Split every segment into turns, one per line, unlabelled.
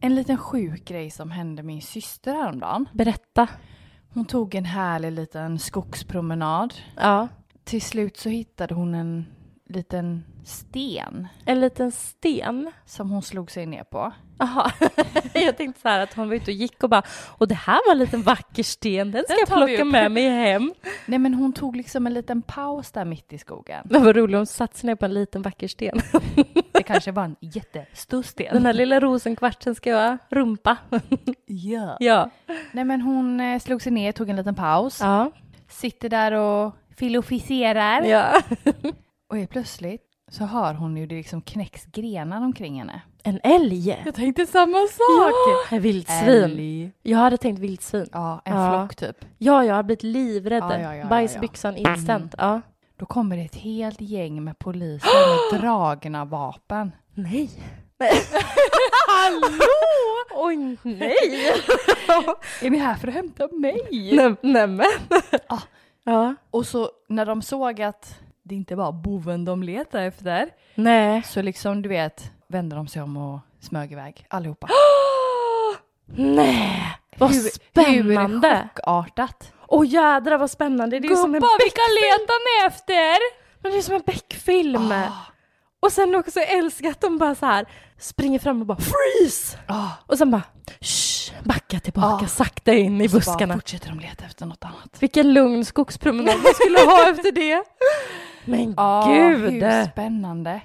En liten sjuk grej som hände min syster häromdagen.
Berätta.
Hon tog en härlig liten skogspromenad.
Ja.
Till slut så hittade hon en liten sten
En liten sten.
som hon slog sig ner på.
Jaha. Jag tänkte så här att hon var ute och gick och bara, och det här var en liten vacker sten, den ska
Den
jag
tar vi
plocka
upp."
med mig hem.
Nej men hon tog liksom en liten paus där mitt i skogen.
Men vad roligt, hon satte sig ner på en liten vacker sten.
Det kanske var en jättestor
Den
sten.
här lilla rosenkvartsen ska jag rumpa.
Ja.
Ja.
Nej men hon eh, slog sig ner, tog en liten paus.
Ja.
Sitter där och filofiserar.
ja.
Och helt plötsligt så hör hon ju det liksom knäcks grenar omkring henne.
En älg.
Jag tänkte samma sak!
Ja, en vildsvin. Jag hade tänkt vildsvin.
Ja, en
Ja.
flock typ.
Ja, jag har blivit livrädd.
Ja, ja, ja, Mm. ja, ja.
Bajsbyxan instant. Ja.
Då kommer det ett helt gäng med poliser med dragna vapen.
Nej. Hallå! Oj, nej.
Är ni här för att hämta mig?
nej, nej men.
Ah.
Ja.
Och så när de såg att det inte var boven de letade efter
Nej.
så liksom du vet vände de sig om och smög iväg allihopa.
Nej. Vad
Hur- Hur
spännande.
chockartat.
Åh jädrar vad spännande. Det är ju som en
vilka letar ni efter?
Men det är som en Beck-film.
Ah.
Och sen också älskar jag att de bara så här springer fram och bara freeze!
Ah.
Och sen bara shh, backa tillbaka
Ah.
sakta in i
Bara
buskarna.
fortsätter de leta efter något annat.
Vilken lugn skogspromenad man skulle ha efter det. Men
Ah,
gud!
Hur spännande. Känner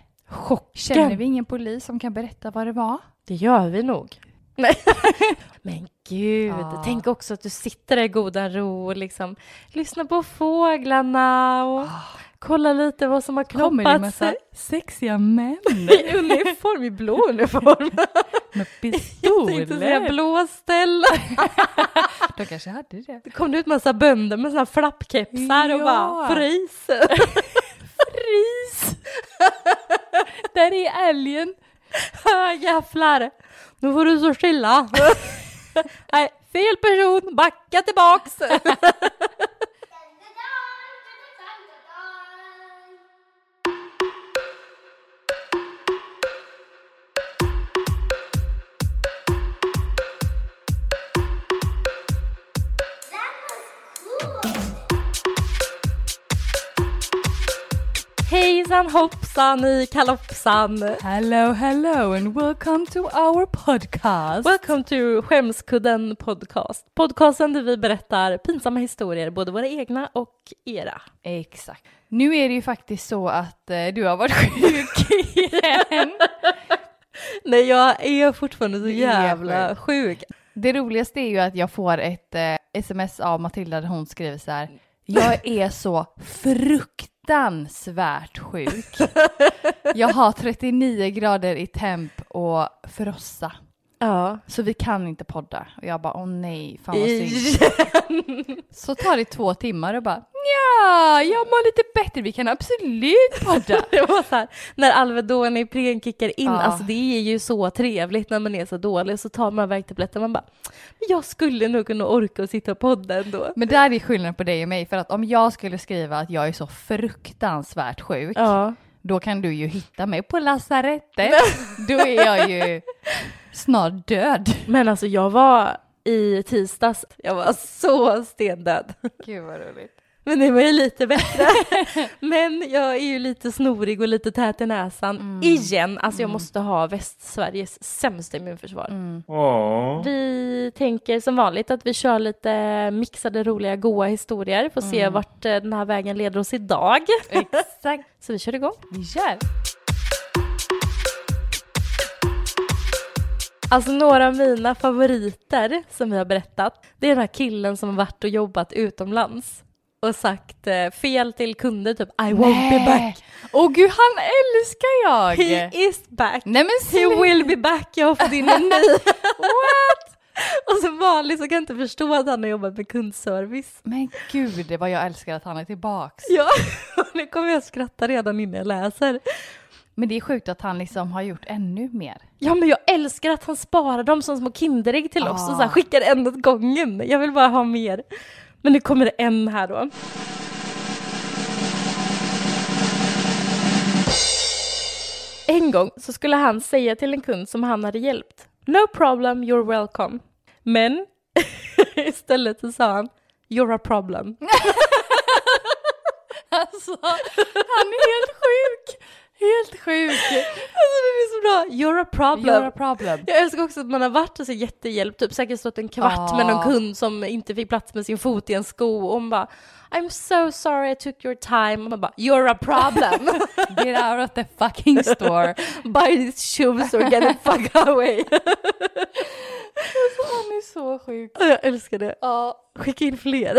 Chocken.
vi ingen polis som kan berätta vad det var?
Det gör vi nog. Nej. Men gud,
Ah.
tänk också att du sitter där i goda ro och liksom lyssnar på fåglarna och kollar lite vad som har
Ah. Kommer det en
knoppat
massa
sig.
sexiga män
I uniform, i blå uniform.
med
Jag tänkte säga
pistoler?
blåställ.
De kanske hade det.
Det kom ut massa bönder med såna här flappkepsar och
Ja.
bara fris. fris!
Där är älgen.
Jävlar! Nu får du så stilla. Nej, fel person, backa tillbaks. Hejsan hoppsan i kalopsan.
Hello, hello and welcome to our podcast.
Welcome to Skämskudden podcast. Podcasten där vi berättar pinsamma historier, både våra egna och era.
Exakt. Nu är det ju faktiskt så att eh, du har varit sjuk igen.
Nej, jag är fortfarande så
är
jävla sjuk.
det roligaste är ju att jag får ett eh, sms av Matilda där hon skriver så här. Jag är så fruktansvärt sjuk. Jag har 39 grader i temp och frossa.
Ja.
Så vi kan inte podda. Och jag bara åh nej, fan vad synd.
Igen.
Så tar det två timmar och bara ja, jag mår lite bättre, vi kan absolut podda.
Det var så här, när Alvedon i pren kickar in,
Ja.
alltså det är ju så trevligt när man är så dålig så tar man värktabletter man bara, "Men jag skulle nog kunna orka och sitta och podda ändå.
Men där är skillnaden på dig och mig, för att om jag skulle skriva att jag är så fruktansvärt sjuk,
Ja.
då kan du ju hitta mig på lasarettet. då är jag ju snart död.
Men alltså jag var i tisdags, jag var så stendöd.
Gud vad roligt.
Men det var ju lite bättre. Men jag är ju lite snorig och lite tät i näsan igen. Alltså jag måste ha Västsveriges sämsta immunförsvar. Vi tänker som vanligt att vi kör lite mixade roliga goa historier. Får se vart eh, den här vägen leder oss idag.
Exakt.
Så vi kör igång.
Vi kör.
Alltså några av mina favoriter som vi har berättat, det är den här killen som har varit och jobbat utomlands och sagt eh, fel till kunder typ I won't be back.
Åh gud, han älskar jag!
He is back.
Nej men
He
sluta!
will be back, jag har fått in en ny. What? Och som vanligt så kan jag inte förstå att han har jobbat med kundservice.
Men gud vad jag älskar att han är tillbaks.
Ja, och nu kommer jag skratta redan innan jag läser.
Men det är sjukt att han liksom har gjort ännu mer.
Ja men jag älskar att han sparar dem som små kinderägg till oss och så här,
Ah.
skickar en åt gången. Jag vill bara ha mer. Men nu kommer det en här då. En gång så skulle han säga till en kund som han hade hjälpt No problem, you're welcome. Men istället så sa han You're a problem.
Alltså, han är helt sjuk. Helt sjuk.
Alltså det är så bra. You're a problem.
You're a problem.
Jag älskar också att man har varit och så jättehjälp, typ säkert stått en kvart
Ja.
med någon kund som inte fick plats med sin fot i en sko och hon bara I'm so sorry I took your time och man bara You're a problem.
Get out of the fucking store.
Buy these shoes or get the fuck away.
Han Alltså, är så sjuk.
Jag älskar det. Ja. Skicka in fler.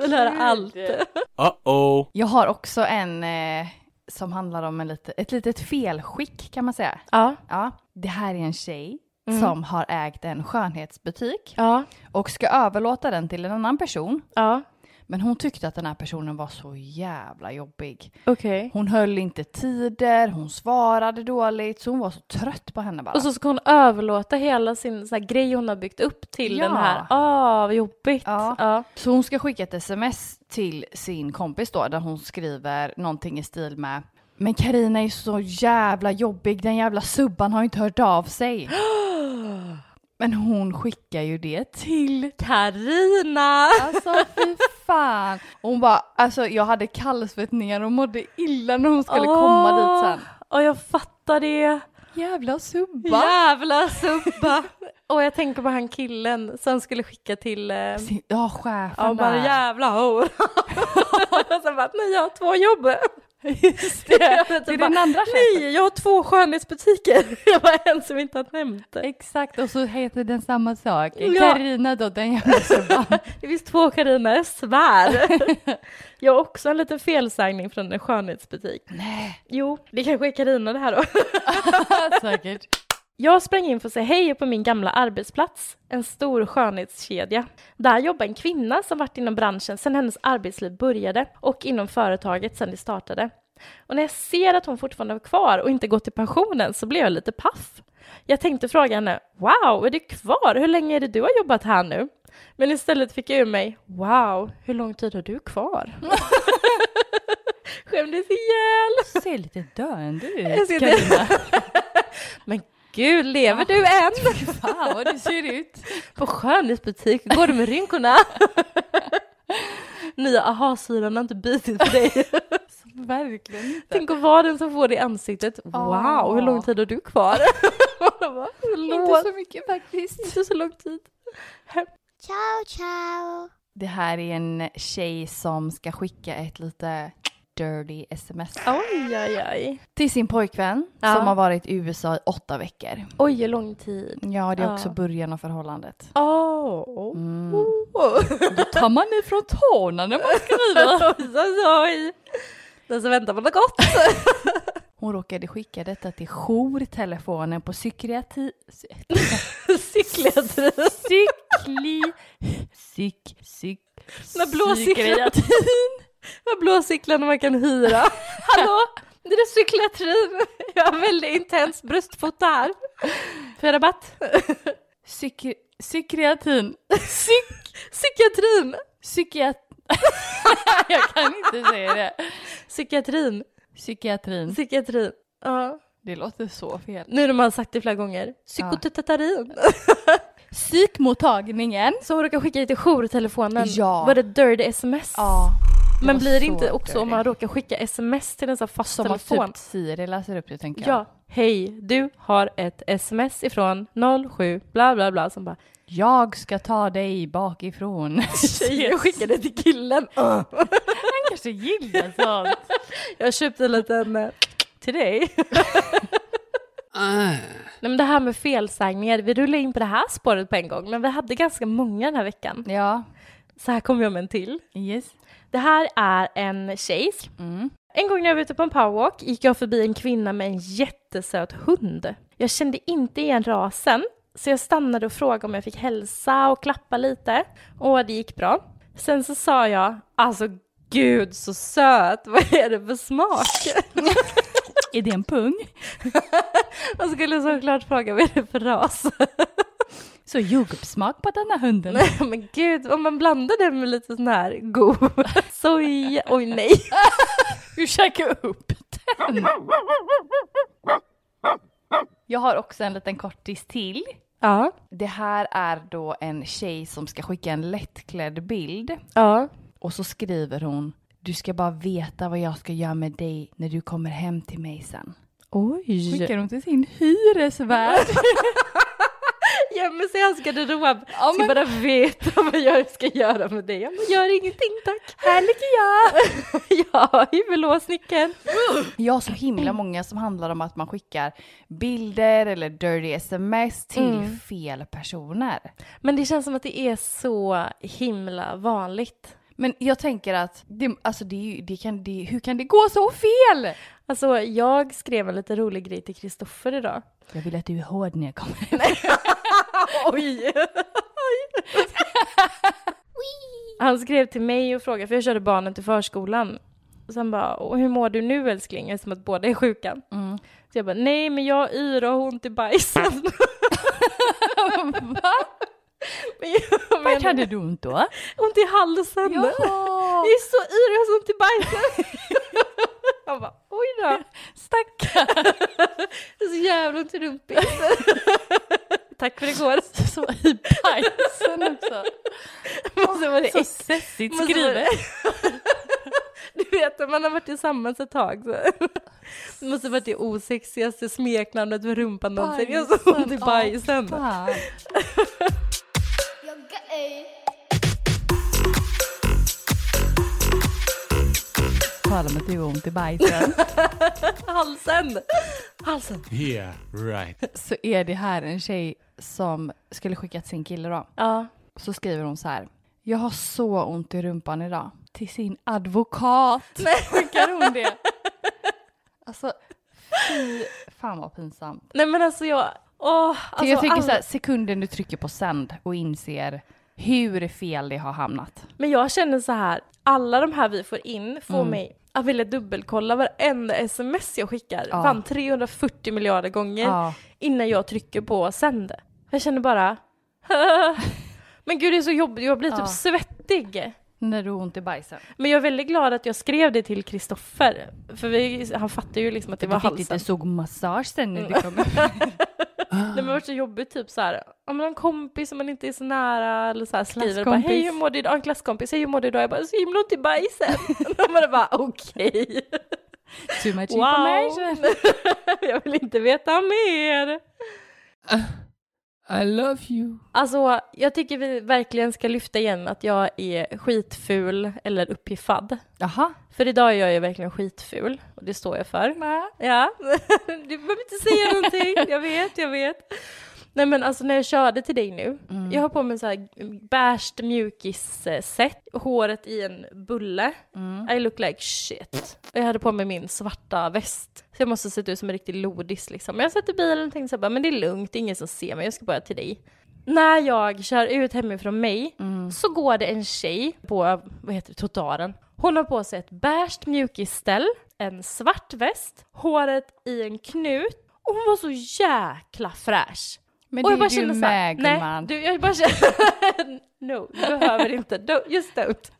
Vill höra allt.
Uh-oh.
Jag har också en eh, som handlar om en lite, ett litet felskick kan man säga.
Ja.
Ja, det här är en tjej
Mm.
som har ägt en skönhetsbutik
Ja.
och ska överlåta den till en annan person.
Ja.
Men hon tyckte att den här personen var så jävla jobbig.
Okej.
Hon höll inte tider, hon svarade dåligt, så hon var så trött på henne bara.
Och så ska hon överlåta hela sin så här, grej hon har byggt upp till
Ja.
den här. Ah, vad jobbigt.
Ja.
Ja.
Så hon ska skicka ett sms till sin kompis då där hon skriver någonting i stil med Men Karina är så jävla jobbig, den jävla subban har inte hört av sig. Men hon skickar ju det till
Karina!
Alltså fy fan. Och Hon bara, alltså jag hade kallsvettningar och mådde illa när hon skulle
Åh,
komma dit sen.
Ja, jag fattar det.
Jävla subba.
Jävla subba. och jag tänker på han killen som skulle skicka till... Eh,
Sin- Ja, chefen
ja, bara
där.
jävla hora. Och Sen bara, nej jag har två jobb. Just det.
Till den andra chefen.
nej, jag har två skönhetsbutiker. jag var en som inte har nämnt det.
Exakt, och så heter den samma sak.
Ja.
Karina då, den jävla subban.
Det finns två Carina, jag svär. jag har också en liten felsägning från en skönhetsbutik. Nej. Jo, det kanske är Carina det här då.
Säkert.
Jag sprang in för att säga hej på min gamla arbetsplats, en stor skönhetskedja. Där jobbar en kvinna som varit inom branschen sedan hennes arbetsliv började och inom företaget sedan det startade. Och när jag ser att hon fortfarande är kvar och inte gått i pensionen så blev jag lite paff. Jag tänkte fråga henne, wow, är du kvar? Hur länge är det du har jobbat här nu? Men istället fick jag ur mig, wow, hur lång tid har du kvar? Skämdes ihjäl!
Ser lite döende
Jag
ut
ser
Karina.
Men gud, lever du än?
Fan vad du ser ut.
På skönhetsbutik går du med rynkorna. Nya aha-syran har inte bitit på dig.
Verkligen inte.
Tänk att vara den som får det i ansiktet. Wow, hur lång tid har du kvar? Och de bara, Förlåt,
så mycket faktiskt.
inte så lång tid.
Ciao, ciao.
Det här är en tjej som ska skicka ett lite dirty sms.
Oj, oj, oj.
Till sin pojkvän
Ja.
som har varit i USA i åtta veckor.
Oj, hur lång tid.
Ja, det är också
Ja.
början av förhållandet.
Åh.
Mm.
Oj,
Då tar man ifrån tårna när man skriver.
oj, oj. Den som väntar på något gott.
Hon råkade skicka detta till jourtelefonen på psykiatri...
Cykeltid.
Cykli... Psyk... Psyk...
Med blåcyklar. Med blåcyklar när man kan hyra. Hallå, det är psykiatrin. Jag har väldigt intens bröstfota här. Får jag rabatt?
Psyki... Psykiatrin.
Psyk- psykiatrin.
Psykiat... Jag kan inte säga det.
Psykiatrin.
Psykiatrin.
Psykiatrin. Ja.
Det låter så fel.
Nu när man har sagt det flera gånger. Psykotetarin.
Psykmottagningen.
Så hon råkar skicka det till jourtelefonen.
Ja.
Var det dirty sms?
det
Men
var
blir det
så
inte också om
dirty.
man råkar skicka sms till en sån här fast
Som att
telefon?
typ Siri läser upp det tänker jag.
Ja, hej, du har ett sms ifrån 07 bla bla bla som bara
Jag ska ta dig bakifrån.
Tjejer skickade till killen.
Han kanske gillar sånt.
Jag köpte en liten eh, till dig. Nej, men det här med felsägningar, vi rullar in på det här spåret på en gång, men vi hade ganska många den här veckan.
Ja,
Så här kommer jag med en till.
yes.
Det här är en tjej. En gång när jag var ute på en powerwalk gick jag förbi en kvinna med en jättesöt hund. Jag kände inte igen rasen, så jag stannade och frågade om jag fick hälsa och klappa lite. Och det gick bra. Sen så sa jag, alltså gud så söt, vad är det för smak?
Är det en pung?
Jag skulle såklart fråga vad är det för ras?
Så jordgubbssmak på denna hunden.
Nej, men gud, om man blandar det med lite sån här god soj, oj nej.
Du käkar upp den. Jag har också en liten kortis till.
Ja.
Det här är då en tjej som ska skicka en lättklädd bild
Ja.
och så skriver hon du ska bara veta vad jag ska göra med dig när du kommer hem till mig sen.
Oj.
Skickar hon till sin hyresvärd?
Gömmer sig i hans garderob.
Ja,
Ska
men-
bara veta vad jag ska göra med dig. Jag bara, gör ingenting tack. Här ligger jag. jag har huvudlåsnyckeln.
Jag har så himla många som handlar om att man skickar bilder eller dirty sms till fel personer.
Men det känns som att det är så himla vanligt.
Men jag tänker att, det, alltså det, är ju- det kan, det, hur kan det gå så fel?
Alltså jag skrev en lite rolig grej till Kristoffer idag.
Jag vill att du är hård när jag kommer hem.
Oj! Han skrev till mig och frågade, för jag körde barnen till förskolan. Och sen bara, och hur mår du nu älskling? Eftersom att båda är sjuka. Så jag bara, nej men jag yr och har ont i bajsen.
Va?
Men jag
Vart
menar,
hade du ont då?
ont i halsen. Jag
Jaha!
är så yr och jag har så ont i bajsen. Han bara, oj då.
Stackarn!
Det är så jävla ont i rumpis. Tack för igår.
Så i bajsen också.
Måste vara det
Så sessigt
Måste
skrivet.
vara- Du vet, när man har varit tillsammans ett tag så det måste varit det osexigaste smeknamnet för rumpan någonsin. Jag har så ont i
Bajsen, ja,
bajsen.
Fan.
You're gay.
Tala om att du har ont i bajsen.
Halsen! Halsen.
Yeah, right.
Så är det här en tjej som skulle skicka till sin kille då.
Ja.
Så skriver hon så här. Jag har så ont i rumpan idag. Till sin advokat. Skickar hon det? Alltså, fy fan vad pinsamt.
Nej men alltså jag... Åh, alltså
jag tänker
all-
så här, sekunden du trycker på sänd och inser hur fel det har hamnat.
Men jag känner så här, alla de här vi får in får
Mm.
mig att vilja dubbelkolla varenda sms jag skickar.
Ja.
Fan 340 miljarder gånger
Ja.
innan jag trycker på sänd. Jag känner bara... men gud det är så jobbigt, jag blir
Ja.
typ svettig.
När du har ont i bajsen.
Men jag är väldigt glad att jag skrev det till Kristoffer. För vi, han fattade ju liksom att det
Det
var
var du fick
halsen. Mm.
lite sågmassage sen när du kom upp.
Nej, men det var så jobbigt typ så här, om man har en kompis som man inte är så nära eller så här, skriver bara
Klasskompis.
hej hur mår du idag? En klasskompis, hej hur mår du idag? Jag bara så himla ont i bajsen. Och man bara okej.
Too much
Wow.
information.
jag vill inte veta mer.
I love you.
Alltså jag tycker vi verkligen ska lyfta igen att jag är skitful eller upphiffad.
Jaha.
För idag är jag ju verkligen skitful och det står jag för. Ja, du behöver inte säga någonting. Jag vet, jag vet. Nej men alltså när jag körde till dig nu, jag har på mig så här beige mjukis-set, håret i en bulle. I look like shit. Och jag hade på mig min svarta väst. Så jag måste se ut som en riktig lodis liksom. Men jag satt i bilen och tänkte så här, bara, men det är lugnt, det är ingen som ser mig, jag ska bara till dig. När jag kör ut hemifrån mig så går det en tjej på, vad heter det, trottoaren. Hon har på sig ett beige mjukisställ, en svart väst, håret i en knut och hon var så jäkla fräsch.
Men
och
det är du
kände så
med
nej,
gumman.
du, jag bara känner, no, du behöver inte, don't, just don't.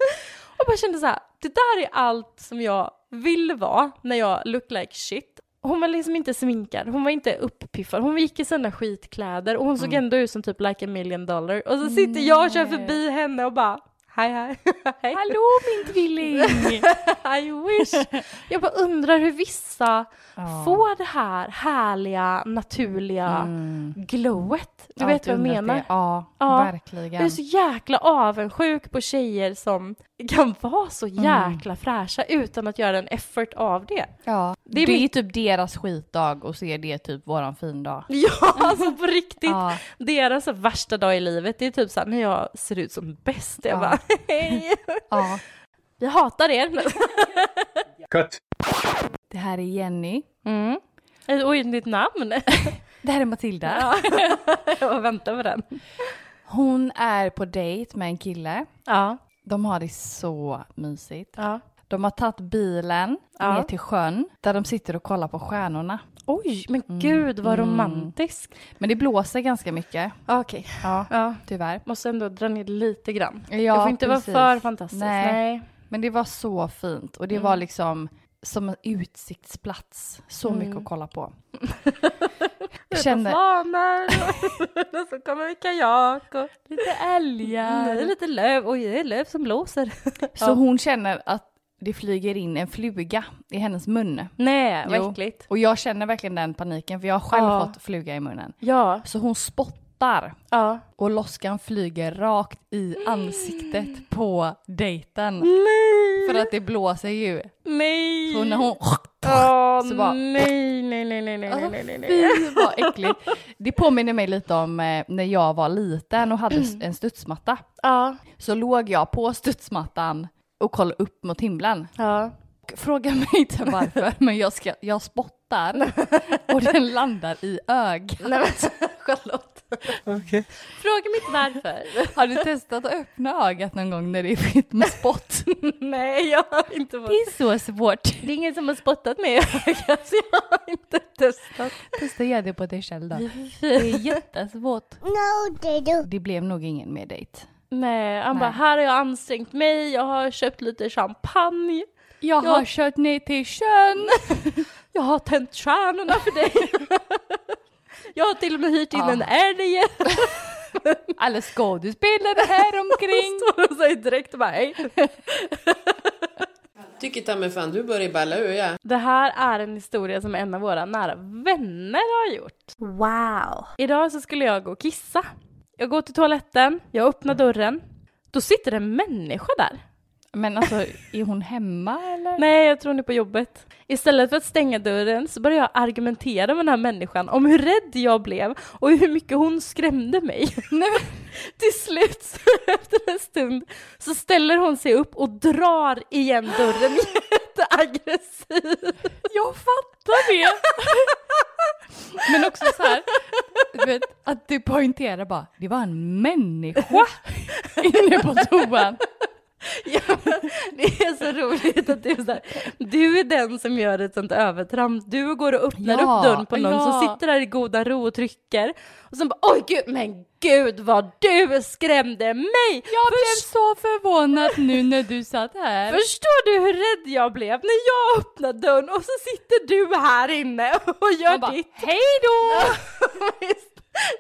Och bara kände så här, det där är allt som jag vill vara när jag look like shit. Hon var liksom inte sminkad, hon var inte uppiffad, hon gick i sina skitkläder och hon såg
Mm.
ändå ut som typ like a million dollar. Och så sitter jag och kör förbi henne och bara, hej hej. hej.
Hallå min tvilling!
I wish! Jag bara undrar hur vissa
Ja. Mm.
får det här härliga, naturliga glowet. Du vet vad jag menar?
Ja,
Ja. Jag är
verkligen.
så jäkla avundsjuk på tjejer som kan vara så jäkla fräscha utan att göra en effort av det.
Ja.
Det
Det,
är
är
mitt-
typ deras skitdag och så är det typ våran fin dag.
Ja, alltså på riktigt.
Ja.
Deras värsta dag i livet, det är typ såhär när jag ser ut som bäst. Jag
Ja.
bara, hej!
Ja.
Jag hatar er.
Cut.
Det här är Jenny.
Mm. Oj, ditt namn.
Det här är Matilda.
Ja. Jag väntar på den.
Hon är på dejt med en kille.
Ja.
De har det så mysigt.
ja.
De har tagit bilen
Ja.
ner till sjön där de sitter och kollar på stjärnorna.
Oj, men gud vad romantisk.
Men det blåser ganska mycket,
Okej.
ja,
Ja.
tyvärr.
Måste ändå dra ner lite grann.
Ja,
jag får inte
precis.
vara för fantastisk.
Nej.
Nej.
Men det var så fint och det
Mm.
var
Mm.
liksom som en utsiktsplats. Så mycket att kolla på. Känner-
Känner... faner och så kommer vi kajak och lite älgar,
Mm.
lite löv. Oj, det är löv som blåser.
Så hon känner att det flyger in en fluga i hennes mun.
Nej, vad
Jo.
äckligt.
Och jag känner verkligen den paniken för jag har själv
Ja.
fått fluga i munnen.
Ja,
Så hon spottar
ja.
och loskan flyger rakt i ansiktet på dejten.
Nej!
För att det blåser ju.
Nej!
Så när hon...
Åh,
så bara-
nej, nej, nej, nej, nej, nej, nej, nej, nej.
Fy vad äckligt. Det påminner mig lite om eh, när jag var liten och hade s- en studsmatta.
Ja,
Så låg jag på studsmattan och kollade upp mot himlen.
ja.
Fråga mig inte varför, men jag, ska, jag spottar och den landar i ögat.
Nej men Charlotte,
Okej.
fråga mig inte varför.
Har du testat att öppna ögat någon gång när det är fritt med spott?
nej, jag har inte varit...
är så svårt.
Det är ingen som har spottat mig i ögat, så alltså, jag har inte testat.
Testa gör det på dig själv då.
Det
är jättesvårt.
No, they do.
Det blev nog ingen mer dejt.
Nej, han
Nej.
bara, här har jag ansträngt mig, jag har köpt lite champagne,
Jag
har
kört ner till sjön.
jag har tänt stjärnorna för dig. Ah. jag har till och med hyrt in
Ja.
en älg.
Alla skådespelare här omkring.
Står och säger direkt bara, hej.
Tycker ta mig fan du börjar balla ur ja.
Det här är en historia som en av våra nära vänner har gjort.
Wow.
Idag så skulle jag gå och kissa. Jag går till toaletten, jag öppnar dörren. Då sitter det en människa där.
Men alltså, är hon hemma eller?
Nej, jag tror hon är på jobbet. Istället för att stänga dörren så började jag argumentera med den här människan om hur rädd jag blev och hur mycket hon skrämde mig. Nej, men till slut, så efter en stund, så ställer hon sig upp och drar igen dörren jätteaggressivt.
Jag fattar det. Men också så här, du vet, att du poängterar bara, det var en människa inne på toan.
Ja, men det är så roligt att du är så här, du är den som gör ett sånt övertramp. Du går och öppnar
Ja,
upp dörren på någon
ja.
som sitter där i goda ro och trycker. Och sen bara oj gud, men gud vad du skrämde mig!
Jag blev så förvånad nu när du satt här.
Förstår du hur rädd jag blev när jag öppnade dörren och så sitter du här inne och gör
Man bara,
ditt. Hej då!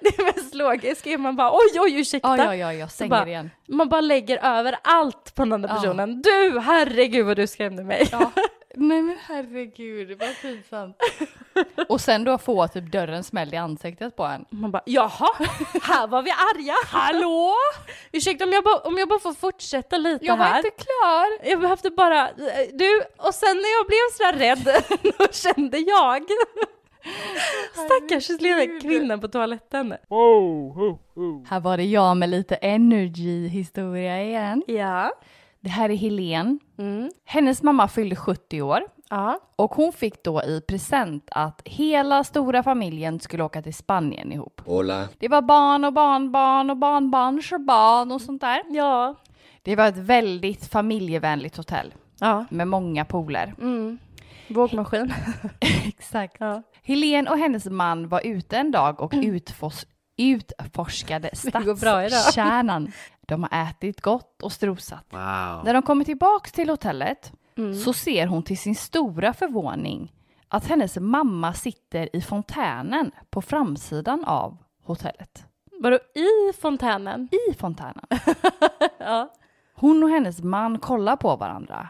det är mest logiska är man bara oj oj ursäkta.
Ja, ja, ja, jag
Så
sänger
bara,
igen.
Man bara lägger över allt på den andra
Ja.
personen. Du, herregud vad du skrämde mig.
Nej men herregud, vad pinsamt. Och sen då få typ dörren smälld i ansiktet på en.
Man bara jaha, här var vi arga, hallå! Ursäkta om jag, bara, om jag bara får fortsätta lite
Jag var
här.
inte klar.
Jag behövde bara, du, och sen när jag blev sådär rädd, då kände jag. Stackars lilla kvinnan på toaletten.
Här var det jag med lite energy-historia igen.
Ja.
Det här är Helen.
Mm.
Hennes mamma fyllde 70 år
Ja.
och hon fick då i present att hela stora familjen skulle åka till Spanien ihop.
Hola.
Det var barn och barnbarn och barnbarns och barn och sånt där.
Ja.
Det var ett väldigt familjevänligt hotell
Ja.
med många pooler.
Mm. Vågmaskin.
Exakt.
Ja.
Helen och hennes man var ute en dag och utfors- utforskade
Mm. går bra idag.
stadskärnan. De har ätit gott och strosat.
Wow.
När de kommer tillbaks till hotellet
Mm.
så ser hon till sin stora förvåning att hennes mamma sitter i fontänen på framsidan av hotellet.
Vadå, i fontänen?
I fontänen.
Ja.
Hon och hennes man kollar på varandra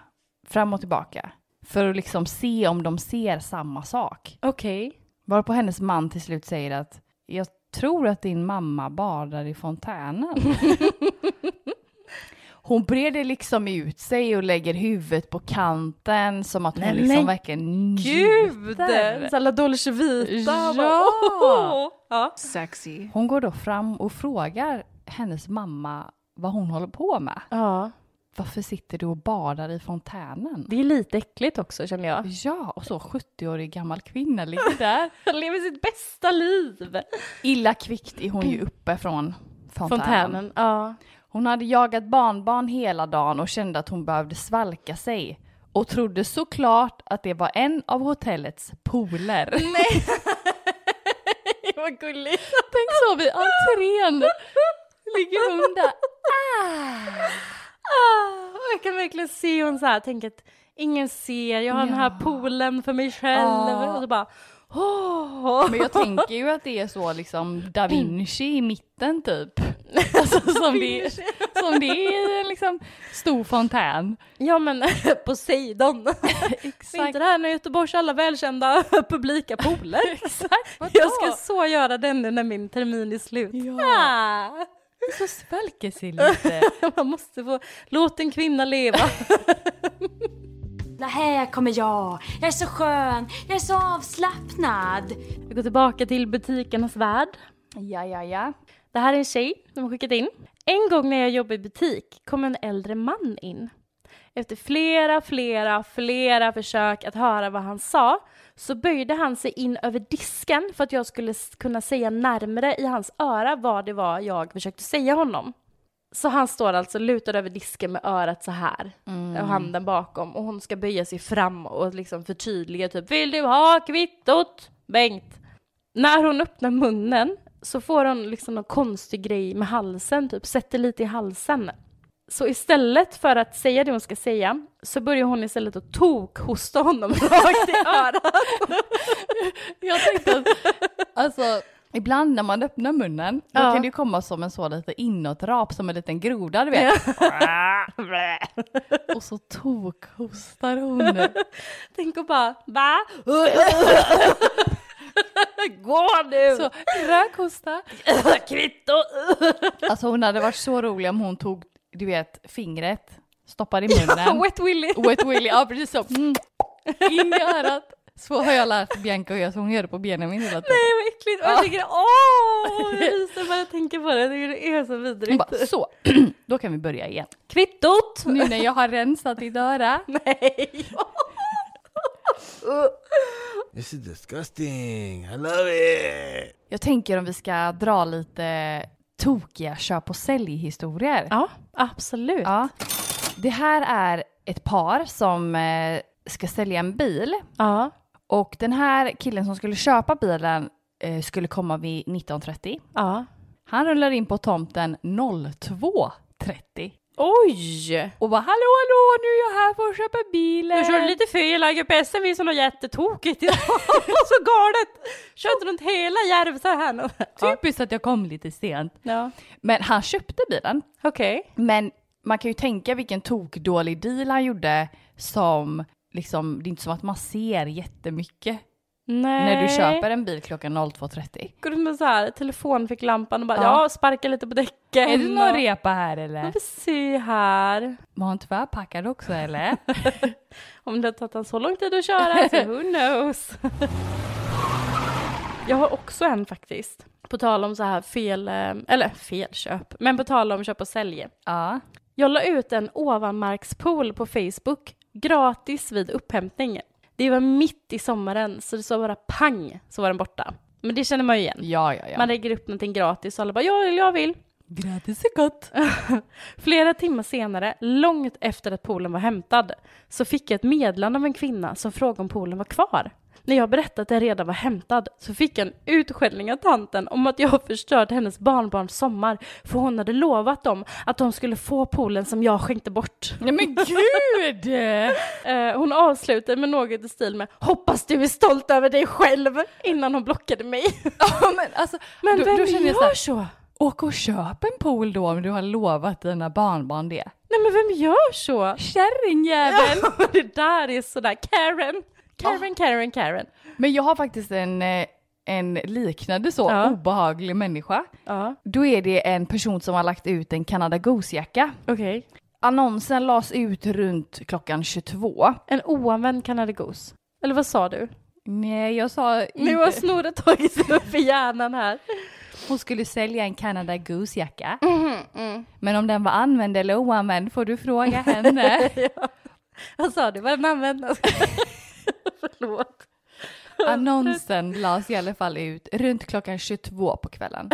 fram och tillbaka för att liksom se om de ser samma sak.
Okej.
Varpå hennes man till slut säger att jag tror att din mamma badar i fontänen. Hon breder liksom ut sig och lägger huvudet på kanten som att hon
Nej,
liksom
men
verkligen
Gud!
njuter.
Alla Dolce Vita.
Ja.
Bara, åh. ja.
Sexy.
Hon går då fram och frågar hennes mamma vad hon håller på med.
ja.
Varför sitter du och badar i fontänen?
Det är lite äckligt också känner jag.
Ja, och så 70-årig gammal kvinna liksom. ligger där.
Han lever sitt bästa liv.
Illa kvickt är hon ju uppe från fontänen.
Fontänen, ja.
Hon hade jagat barnbarn hela dagen och kände att hon behövde svalka sig och trodde såklart att det var en av hotellets pooler. Nej.
Vad gulligt.
Tänk så vid entrén ligger hon där.
Ah, och jag kan verkligen se hon så här, tänk att ingen ser, jag har den här poolen för mig själv.
Ja.
Och så bara, Åh.
Men jag tänker ju att det är så liksom da Vinci i mitten typ. Alltså som det, som det är en liksom stor fontän.
Ja men Poseidon. Exakt. Inte det här när Göteborgs alla välkända publika pooler.
Exakt, vadå?
Jag ska så göra den nu när min termin är slut. Ah.
så svälker sig lite.
Man måste få, låt en kvinna leva.
Där här kommer jag. Jag är så skön. Jag är så avslappnad.
Vi går tillbaka till butikernas värld.
Ja, ja, ja.
Det här är en tjej som har skickat in. En gång när jag jobbade i butik kom en äldre man in. Efter flera, flera, flera försök att höra vad han sa så böjde han sig in över disken för att jag skulle s- kunna säga närmare i hans öra vad det var jag försökte säga honom. Så han står alltså lutad över disken med örat så här och handen bakom och hon ska böja sig fram och liksom förtydliga typ vill du ha kvittot Bengt? När hon öppnar munnen så får hon liksom någon konstig grej med halsen, typ sätter lite i halsen. Så istället för att säga det hon ska säga så börjar hon istället att tokhosta honom rakt i örat.
Jag tänkte att, alltså ibland när man öppnar munnen då
Ja.
kan det ju komma som en så lite inåtrap som en liten groda du vet. Och så tokhostar hon.
Tänk och bara va? Gå nu!
Så rökhosta.
Kvitto!
Alltså hon hade varit så rolig om hon tog, du vet, fingret, stoppade i munnen.
Wet Willy!
Wet Willy, ja precis så. Mm. In i örat. Så har jag lärt Bianca och jag, så hon gör det på Benjamin hela tiden.
Nej vad äckligt! Och jag tycker åh! Jag ryser bara jag tänker på det. Jag tycker det är så
Hon
vidrigt.
bara, så, då kan vi börja igen.
Kvittot!
Nu när jag har rensat ditt öra.
Nej!
This is disgusting. I love it.
Jag tänker om vi ska dra lite tokiga köp och säljhistorier.
Ja, absolut.
Ja. Det här är ett par som eh, ska sälja en bil
Ja.
och den här killen som skulle köpa bilen eh, skulle komma vid 1930.
ja.
Han rullar in på tomten 02.30
Oj!
och bara hallå hallå nu är jag här för att köpa bilen.
Du körde lite fel, hela GPSen visade något jättetokigt idag. så galet! Körde runt hela Järv så här. nu. Ja.
Typiskt att jag kom lite sent.
ja.
Men han köpte bilen.
Okej.
Men man kan ju tänka vilken tokdålig deal han gjorde som liksom, det är inte som att man ser jättemycket
Nej.
när du köper en bil klockan 02.30.
Går du med så här, telefonficklampan och bara
Ja.
ja, sparka lite på däcken.
Är det någon
och-
repa här eller?
Vi får se här.
Var han tvärpackad också eller?
Om det har tagit han så lång tid att köra, så who knows? Jag har också en faktiskt. På tal om så här fel, eh, eller felköp, men på tal om köp och sälj.
ja.
Jag la ut en ovanmarkspool på Facebook, gratis vid upphämtning. Det var mitt i sommaren, så det sa bara pang, så var den borta. Men det känner man ju igen.
Ja, ja, ja.
Man lägger upp någonting gratis och alla bara jag vill, jag vill.
Grattis är gott.
Flera timmar senare, långt efter att poolen var hämtad, så fick jag ett meddelande av en kvinna som frågade om poolen var kvar. När jag berättade att den redan var hämtad så fick jag en utskällning av tanten om att jag förstört hennes barnbarns sommar för hon hade lovat dem att de skulle få poolen som jag skänkte bort.
Nej men gud!
Eh, hon avslutade med något i stil med “Hoppas du är stolt över dig själv” innan hon blockade mig.
ja, men alltså,
Men
då,
vem
då känner jag så
gör
här,
så?
åk och köp en pool då om du har lovat dina barnbarn det.
Nej men vem gör så?
Kärringjävel!
Ja, det där är sådär Karen, Karen, Karen, Karen.
Men jag har faktiskt en, eh, en liknande så
Ja.
obehaglig människa.
Ja,
Då är det en person som har lagt ut en Canada Goose-jacka.
okej.
Annonsen lades ut runt klockan 22.
En oanvänd Canada Goose. Eller vad sa du?
Nej, jag sa
Nu har
inte.
snoret tagit sig upp i hjärnan här.
Hon skulle sälja en Canada Goose-jacka. Men om den var använd eller oanvänd får du fråga henne.
Vad sa du? Vad den använda? Förlåt.
Annonsen lades i alla fall ut runt klockan 22 på kvällen.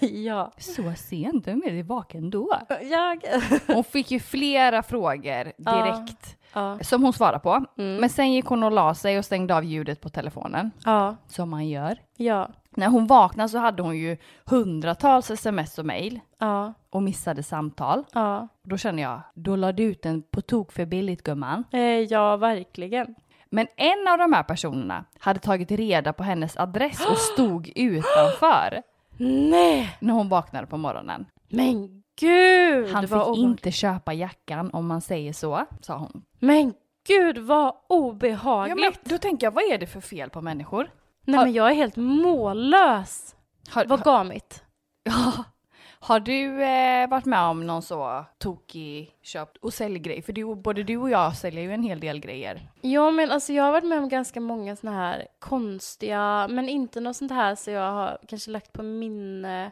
ja.
Så sent, vem är det vaken då?
Jag...
Hon fick ju flera frågor direkt
Ja.
som hon svarade på. Men sen gick hon och la sig och stängde av ljudet på telefonen.
Ja.
Som man gör.
Ja.
När hon vaknade så hade hon ju hundratals sms och mejl
Ja.
och missade samtal.
Ja.
Då känner jag, då la du ut den på tok för billigt gumman.
Eh, ja, verkligen.
Men en av de här personerna hade tagit reda på hennes adress och stod utanför
Nej,
när hon vaknade på morgonen.
men gud
Han
vad
fick
obehagligt.
inte köpa jackan om man säger så, sa hon.
Men gud vad obehagligt.
då tänker jag, vad är det för fel på människor?
Nej men jag är helt mållös.
Har,
Vad gamigt.
Ja. Har du eh, varit med om någon så tokig köpt och säljgrej? För du, både du och jag säljer ju en hel del grejer.
Ja men alltså jag har varit med om ganska många såna här konstiga, men inte något sånt här så jag har kanske lagt på minne.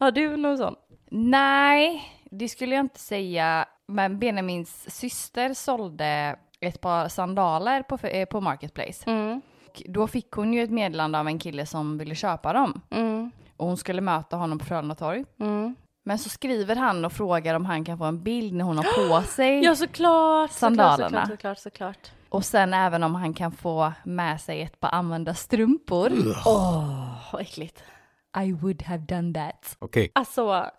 Har du någon sån?
Nej, det skulle jag inte säga. Men Benjamins syster sålde ett par sandaler på, eh, på
Mm.
Marketplace. Och då fick hon ju ett meddelande av en kille som ville köpa dem.
mm,
Och hon skulle möta honom på Frölunda torg. Men så skriver han och frågar om han kan få en bild när hon har på sig.
Ja såklart, såklart,
Sandalerna.
såklart, såklart, såklart.
Och sen även om han kan få med sig ett par använda strumpor.
Åh, vad äckligt.
I would have done that.
Okay.
Alltså,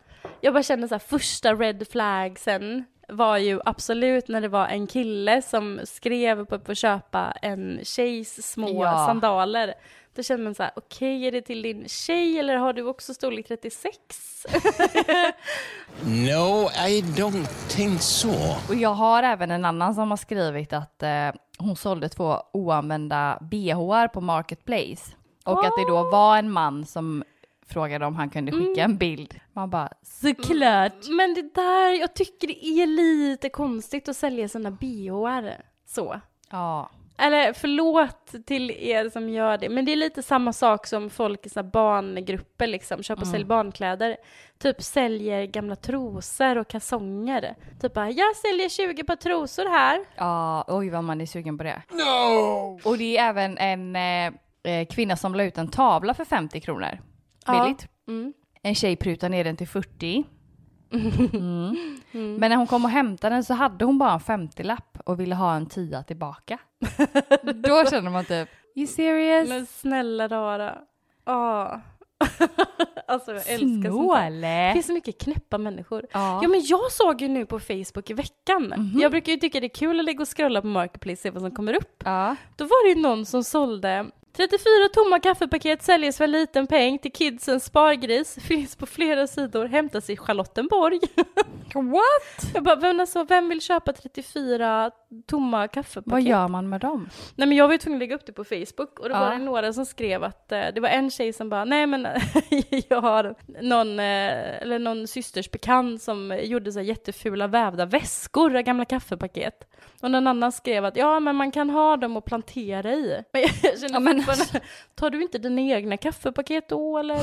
jag bara känner så här, första red flagsen var ju absolut när det var en kille som skrev på, på köpa en tjejs små
Ja.
sandaler. Då känner man så här, okej är det till din tjej eller har du också storlek 36?
No, I don't think so.
Och jag har även en annan som har skrivit att eh, hon sålde två oanvända bhar på Marketplace. Och att det då var en man som frågade om han kunde skicka en bild. Man bara, såklart.
Mm. Men det där, jag tycker det är lite konstigt att sälja sina bhar så.
Ja.
Eller förlåt till er som gör det, men det är lite samma sak som folk i såna barngrupper liksom, köper och säljer barnkläder. Typ säljer gamla trosor och kalsonger. Typ bara, jag säljer 20 par trosor här.
Ja, oj vad man är sugen på det. Och det är även en eh, eh, kvinna som la ut en tavla för 50 kronor.
Ja. Mm.
Billigt. En tjej prutade ner den till 40. Mm. Men när hon kom och hämtade den så hade hon bara en 50-lapp och ville ha en 10 tillbaka. Då känner man typ, you serious?
Men snälla rara. Ja. alltså jag älskar sånt här. Det
Snåle!
finns så mycket knäppa människor.
Ja. Mhm.
Ja men jag såg ju nu på Facebook i veckan, jag brukar ju tycka det är kul att ligga och scrolla på Marketplace och se vad som kommer upp.
Ja.
Då var det ju någon som sålde 34 tomma kaffepaket säljs för en liten peng till kidsens spargris, finns på flera sidor, hämtas i Charlottenborg.
What?
Jag bara, vem, alltså, vem vill köpa 34 tomma kaffepaket?
Vad gör man med dem?
Nej men jag var ju tvungen att lägga upp det på Facebook och då
Ja.
var det några som skrev att eh, det var en tjej som bara nej men jag har någon, eh, eller någon systers bekant som gjorde så här jättefula vävda väskor av gamla kaffepaket. Och någon annan skrev att ja men man kan ha dem och plantera i. Men jag känner
Ja, men
fortfarande, tar du inte dina egna kaffepaket då eller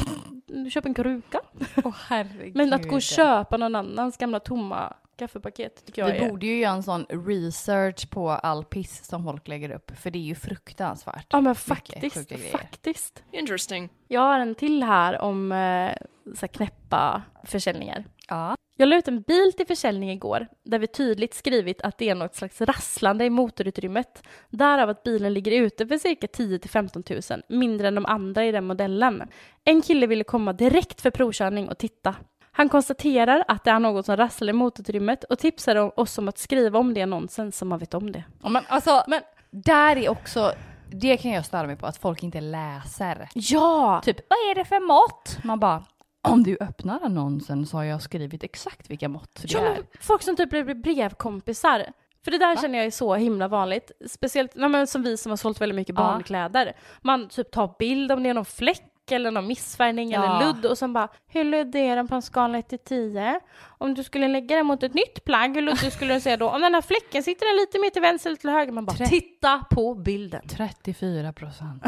du köper en kruka?
Åh herregud.
Men att gå och köpa någon annans gamla tomma kaffepaket tycker jag
Vi
är...
borde ju göra en sån research på all piss som folk lägger upp, för det är ju fruktansvärt.
Ja men
sjuka
faktiskt,
grejer.
faktiskt.
Interesting.
Jag har en till här om eh, så här knäppa försäljningar.
Ja.
Jag la ut en bil till försäljning igår där vi tydligt skrivit att det är något slags rasslande i motorutrymmet. Därav att bilen ligger ute för cirka 10 till 15 000, mindre än de andra i den modellen. En kille ville komma direkt för provkörning och titta. Han konstaterar att det är något som rasslar i motorutrymmet och tipsar om oss om att skriva om det i annonsen så man vet om det.
Ja, Men alltså,
Men-
där är också, det kan jag störa mig på, att folk inte läser.
Ja!
Typ, vad är det för mått? Man bara, om du öppnar annonsen så har jag skrivit exakt vilka mått det
Ja,
är.
men folk som typ blir brevkompisar. För det där känner jag är så himla vanligt. Speciellt nej, men som vi som har sålt väldigt mycket
Ja.
barnkläder. Man typ tar bild om det är någon fläck eller någon missfärgning
Ja.
eller ludd och sen bara hur luddig är den på en skala 1 till 10? Om du skulle lägga den mot ett nytt plagg, hur luddig skulle du säga då? Om den här fläcken, sitter den lite mer till vänster eller till höger? Man bara
Tre-
titta på bilden.
34 procent.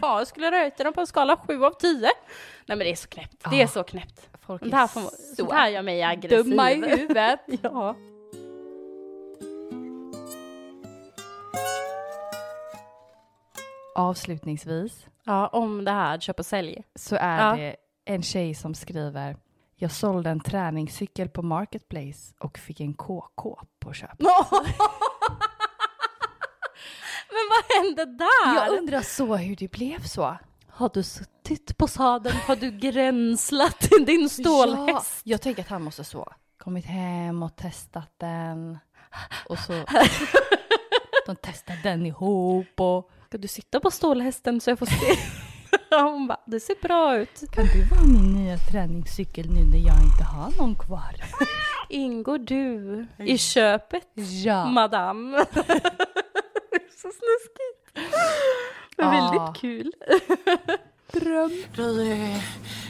ja, jag skulle röta den på en skala 7 av 10. Nej men det är så knäppt. Det är så knäppt.
Folk
Det här, får,
så
det här gör mig aggressiv.
dumma i huvudet.
ja.
Avslutningsvis
Ja, om det här köp och sälj.
så är
Ja.
det en tjej som skriver, jag sålde en träningscykel på Marketplace och fick en KK på köpet.
Men vad hände där?
Jag undrar så hur det blev så.
har du suttit på sadeln? Har du gränslat din stålhäst?
Ja, jag tänker att han måste så. Kommit hem och testat den. Och så De testar den ihop och...
Ska du sitta på stålhästen så jag får se? Hon bara, det ser bra ut.
Kan du vara min nya träningscykel nu när jag inte har någon kvar?
Ingår du i köpet,
Ja.
madame? det är så snuskigt. Men
Ah.
väldigt kul.
Du, eh,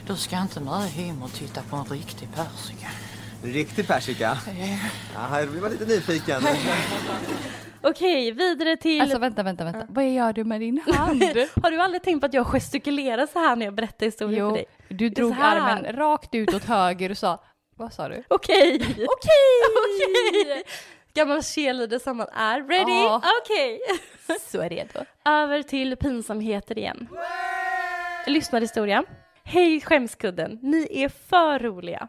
du ska inte med hem och titta på en riktig persika.
Riktig persika. Jaha, jag blir bara lite nyfiken.
Okej, vidare till...
Alltså vänta, vänta, vänta. Vad gör du med din hand?
har du aldrig tänkt på att jag gestikulerar så här när jag berättar historier för
Jo,
dig?
du drog
Så här.
armen rakt ut åt höger och sa... Vad sa du?
Okej! Okej! Gammal cheerleader som man är. Ready?
Ja.
Okej!
Så är redo.
Över till pinsamheter igen. Lyssnarhistoria. Hej skämskudden, ni är för roliga.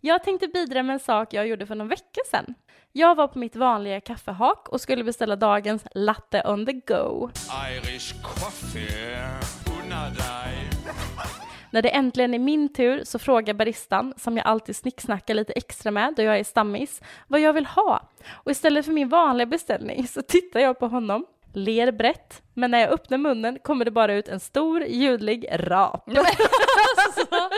Jag tänkte bidra med en sak jag gjorde för någon vecka sedan. Jag var på mitt vanliga kaffehak och skulle beställa dagens latte on the go.
Irish coffee, unna dig.
När det äntligen är min tur så frågar baristan, som jag alltid snicksnackar lite extra med då jag är stammis, vad jag vill ha. Och istället för min vanliga beställning så tittar jag på honom, ler brett, men när jag öppnar munnen kommer det bara ut en stor ljudlig rap. alltså.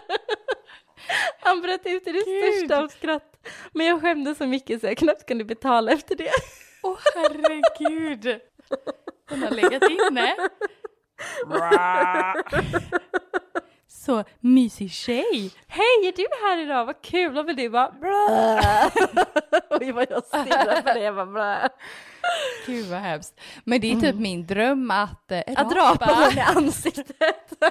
Han bröt ut i det största av skratt, men jag skämdes så mycket så jag knappt kunde betala efter det.
Åh herregud! Hon har legat inne. Så mysig tjej.
Hej, är du här idag? Vad kul! Och du bara blä. Oj, vad jag stirrar på dig. Jag bara blä.
Gud vad hemskt. Men det är typ min dröm att, eh,
Att rapa någon i ansiktet.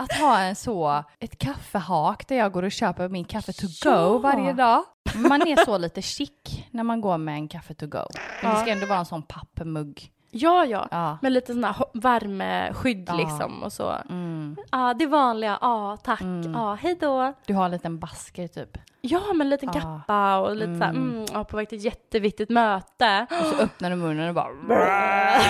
Att ha en så, ett kaffehak där jag går och köper min kaffe to go varje dag. Man är så lite chic när man går med en kaffe to go. Men det ska ändå vara en sån pappmugg.
Ja, ja.
Ja.
Med lite sån här ho- värmeskydd
Ja.
liksom och så. Ja,
Mm.
det vanliga. Ja, tack. Ja, hej då.
Du har en liten basker typ.
Ja, med en liten
Ja.
kappa och lite så här, mm, ja, på väg till ett jätteviktigt möte.
Och så öppnar du munnen och bara...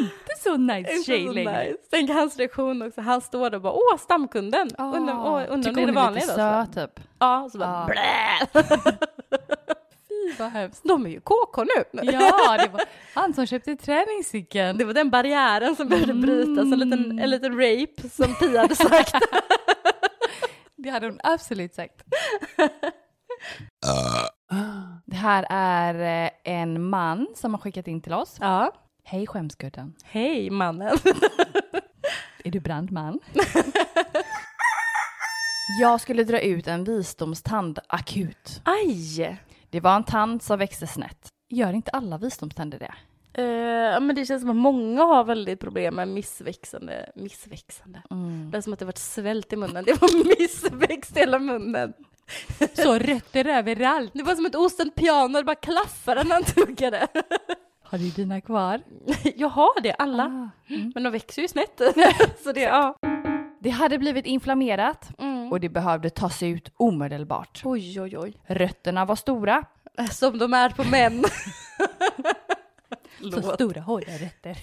Inte så nice tjej längre.
Tänk hans reaktion också. Han står där och bara, åh, stamkunden.
Ah.
Undrar åh, undrar om
Tycker
det är det
hon
vanliga
lite
då. Så.
söt typ.
Ja, så
Ja.
bara, blä.
Fy vad hemskt.
De är ju KK nu.
Ja, det var han som köpte träningscykeln.
Det var den barriären som behövde brytas, en
Mm.
liten, en liten rape som Pia hade sagt.
Det hade hon absolut sagt. Det här är eh, en man som har skickat in till oss.
ja.
Hej skämskudden.
Hej mannen.
Är du brandman? Jag skulle dra ut en visdomstand akut.
Aj!
Det var en tand som växte snett. Gör inte alla visdomständer det?
Eh, ja, men det känns som att många har väldigt problem med missväxande. missväxande. Det är som att det varit svält i munnen. Det var missväxt i hela munnen.
Så rötter överallt.
Det var som ett ostämt piano, det bara klaffade när han tuggade.
Har du dina kvar?
Jag har det, alla. Ah, Mm. Men de växer ju snett. Så det, ja.
Det hade blivit inflammerat mm. och det behövde tas ut omedelbart.
Oj, oj, oj.
Rötterna var stora.
Som de är på män.
Så stora hårda rötter.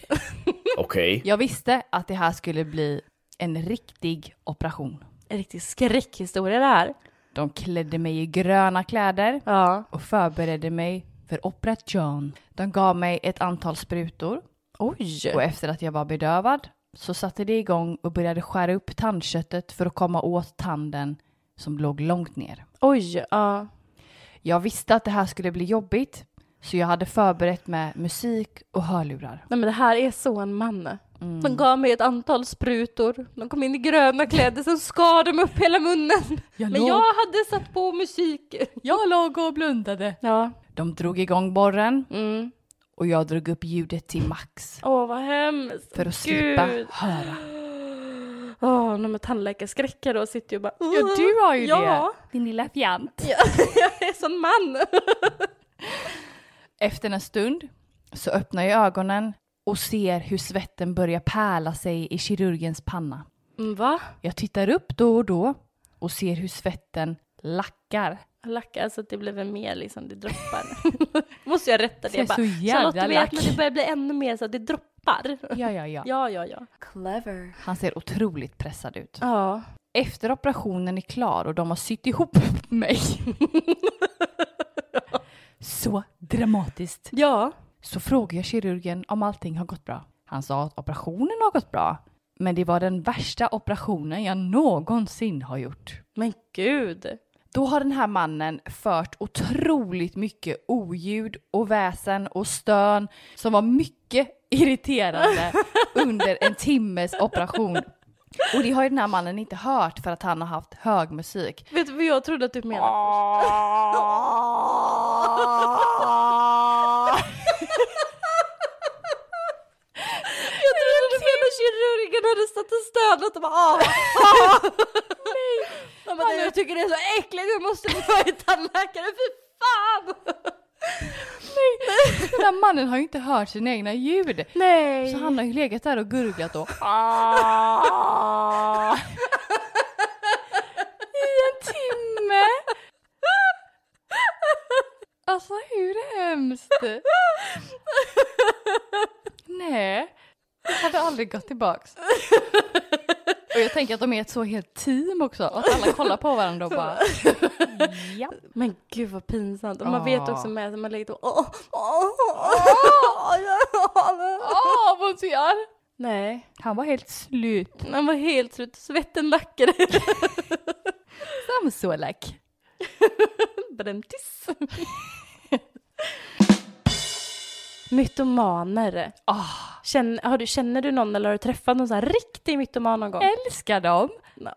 Okej.
Jag visste att det här skulle bli en riktig operation.
En riktig skräckhistoria det här.
De klädde mig i gröna kläder
Ja.
och förberedde mig för operation. De gav mig ett antal sprutor
Oj.
och efter att jag var bedövad så satte det igång och började skära upp tandköttet för att komma åt tanden som låg långt ner.
Oj, ja.
Jag visste att det här skulle bli jobbigt så jag hade förberett med musik och hörlurar.
Nej men det här är så en man.
Mm.
De gav mig ett antal sprutor, de kom in i gröna kläder, sen skar de upp hela munnen.
Jag
men
låg-
jag hade satt på musik.
Jag låg och blundade.
Ja.
De drog igång borren
Mm.
och jag drog upp ljudet till max
Åh vad hemskt.
för att slippa
Gud.
höra.
Åh, när man tandläkarskräckar då sitter jag bara...
Ja, du har ju
Ja.
det. Din lilla fjant.
Jag är sån man.
Efter en stund så öppnar jag ögonen och ser hur svetten börjar pärla sig i kirurgens panna.
Mm, Va?
Jag tittar upp då och då och ser hur svetten lackar.
Jag lackar så att alltså, det blev en mer liksom, det droppar. Måste jag rätta det?
Jag är
bara,
så jävla
Charlotte
lack.
vet, men det börjar bli ännu mer så att det droppar.
Ja, ja, ja.
Ja, ja, ja.
Clever.
Han ser otroligt pressad ut.
Ja.
Efter operationen är klar och de har sytt ihop mig så dramatiskt.
Ja.
Så frågade jag kirurgen om allting har gått bra. Han sa att operationen har gått bra. Men det var den värsta operationen jag någonsin har gjort.
Men gud.
Då har den här mannen fört otroligt mycket oljud och väsen och stön som var mycket irriterande under en timmes operation. Och det har ju den här mannen inte hört för att han har haft hög musik.
Vet du vad jag trodde att du menade först? jag trodde att du menade kirurgen hade satt en stönat och bara ah, Nej. Bara, jag tycker det är så äckligt, jag måste få en tandläkare, fy fan! Nej.
Den här mannen har ju inte hört sina egna ljud.
Nej.
Så han har ju legat där och gurglat och I en timme! Alltså hur hemskt? Nej, jag hade aldrig gått tillbaks. Och jag tänker att de är ett så helt team också, att alla kollar på varandra och bara ja.
Men gud vad pinsamt. Och man vet
Ja.
också med att man lägger och åh, åh, åh, åh.
Åh, vad ser!
Nej,
Han var helt slut.
han var helt slut. Svetten lackade.
Samsolak.
Bremtis. Mytomaner.
Ah.
Känner, har du, känner du någon eller har du träffat någon sån här riktig mytoman någon gång?
Älskar dem.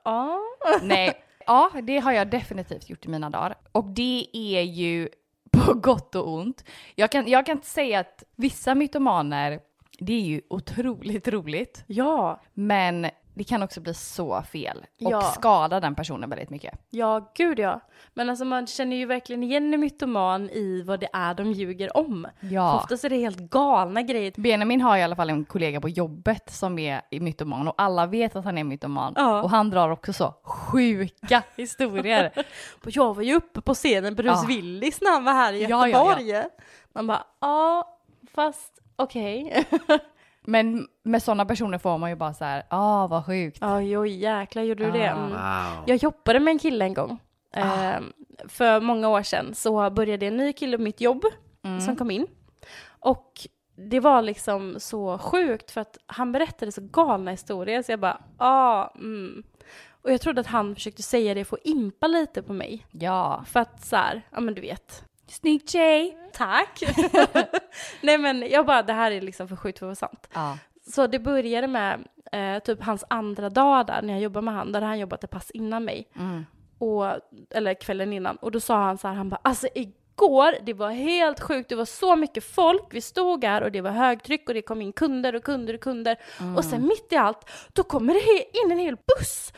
Ja.
Nej, ja det har jag definitivt gjort i mina dagar. Och det är ju på gott och ont. Jag kan, jag kan inte säga att vissa mytomaner, det är ju otroligt roligt,
Ja,
men det kan också bli så fel och
Ja.
skada den personen väldigt mycket.
ja, gud ja. Men alltså man känner ju verkligen igen en mytoman i vad det är de ljuger om.
Ja.
För Oftast är det helt galna grejer.
Benjamin har i alla fall en kollega på jobbet som är i mytoman och alla vet att han är mytoman
Ja.
och han drar också så sjuka historier.
Jag var ju uppe på scenen Bruce
Ja.
Willis när han var här i
Ah. Ja, ja, ja.
Göteborg. Man bara, ja, fast okej.
Men med sådana personer får man ju bara så här, ah vad sjukt.
Oj, oj, jäklar gjorde du det?
Ah.
Mm. Jag jobbade med en kille en gång. Eh, för många år sedan så började en ny kille på mitt jobb som kom in. Och det var liksom så sjukt för att han berättade så galna historier så jag bara, ja, ah, mm. Och jag trodde att han försökte säga det för att impa lite på mig.
Ja.
För att så här, ja men du vet.
Snygg tjej!
Tack! Nej men jag bara, det här är liksom för sjukt för att vara sant.
Ja.
Så det började med eh, typ hans andra dag där, när jag jobbade med han, där hade han jobbat ett pass innan mig. Och, eller kvällen innan. Och då sa han så här, han bara alltså igår, det var helt sjukt, det var så mycket folk, vi stod här och det var högtryck och det kom in kunder och kunder och kunder. Och sen mitt i allt, då kommer det he- in en hel buss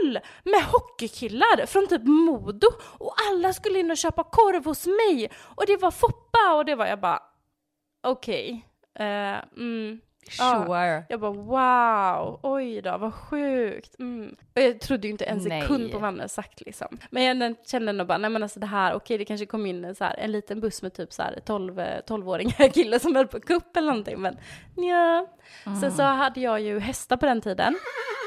full med hockeykillar från typ Modo och alla skulle in och köpa korv hos mig och det var Foppa och det var jag bara okej, eh, mm, Ja.
Sure.
jag bara wow, oj då, vad sjukt. Mm. Och jag trodde ju inte en
Nej.
sekund på vad han hade sagt liksom. Men jag den- kände ändå bara, nej men alltså det här, okej det kanske kom in en, så här, en liten buss med typ så här 12, eh, 12-åringar killar som höll på kupp eller någonting. Men ja. Sen så hade jag ju hästar på den tiden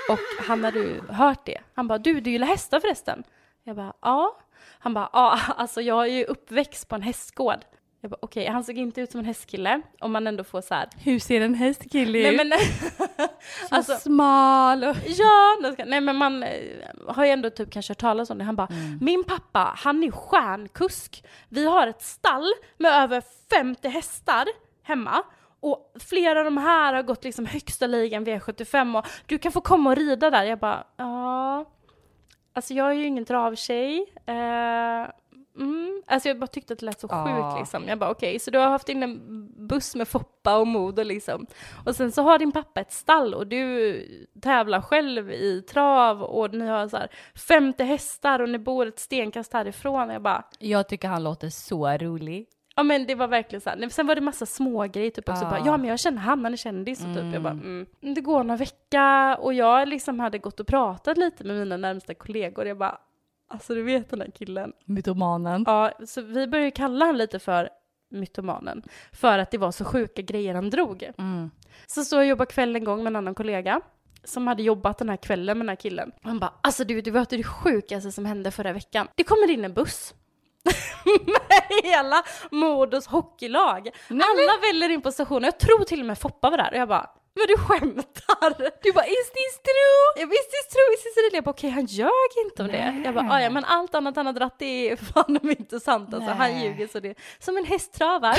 och han hade ju hört det. Han bara, du du gillar hästar förresten? Jag bara, ja. Han bara, ja alltså jag är ju uppväxt på en hästgård. Jag bara okej, han såg inte ut som en hästkille om man ändå får så här.
Hur ser en hästkille
Nej men alltså,
smal och...
Ja, nu ska- nej men man eh, har ju ändå typ kanske hört talas om det. Han bara, min pappa han är stjärnkusk. Vi har ett stall med över 50 hästar hemma. Och flera av de här har gått liksom högsta ligan V75 och du kan få komma och rida där. Jag bara, ja. Alltså jag är ju ingen travtjej. Eh, mm. Alltså jag bara tyckte att det lät så
Ja.
sjukt liksom. Jag bara okej, så du har haft in en buss med Foppa och Modo liksom. Och sen så har din pappa ett stall och du tävlar själv i trav och ni har så här 50 hästar och ni bor ett stenkast härifrån. Jag bara,
Jag tycker han låter så rolig.
ja men det var verkligen så här. Nej, Sen var det massa smågrejer typ också.
Ah.
Bara, ja men jag känner han, han är kändis. Och typ. Jag bara, mm. Det går någon vecka och jag liksom hade gått och pratat lite med mina närmsta kollegor. Jag bara, alltså du vet den här killen.
Mytomanen.
Ja, så vi började kalla han lite för mytomanen. För att det var så sjuka grejer han drog.
Mm.
Så stod jag och jobbade kväll en gång med en annan kollega som hade jobbat den här kvällen med den här killen. Han bara, alltså du, det var det sjukaste som hände förra veckan. Det kommer in en buss. med hela Modos hockeylag. Alla väller in på stationen, jag tror till och med Foppa var där och jag bara men du skämtar! Du bara is this true? Jag bara, is this true? Is this real? Jag bara okej han ljög inte om det. Jag bara "Ah, ja men allt annat han har dratt det är fan om inte sant alltså. Han
Nej.
ljuger så det som en häst travar.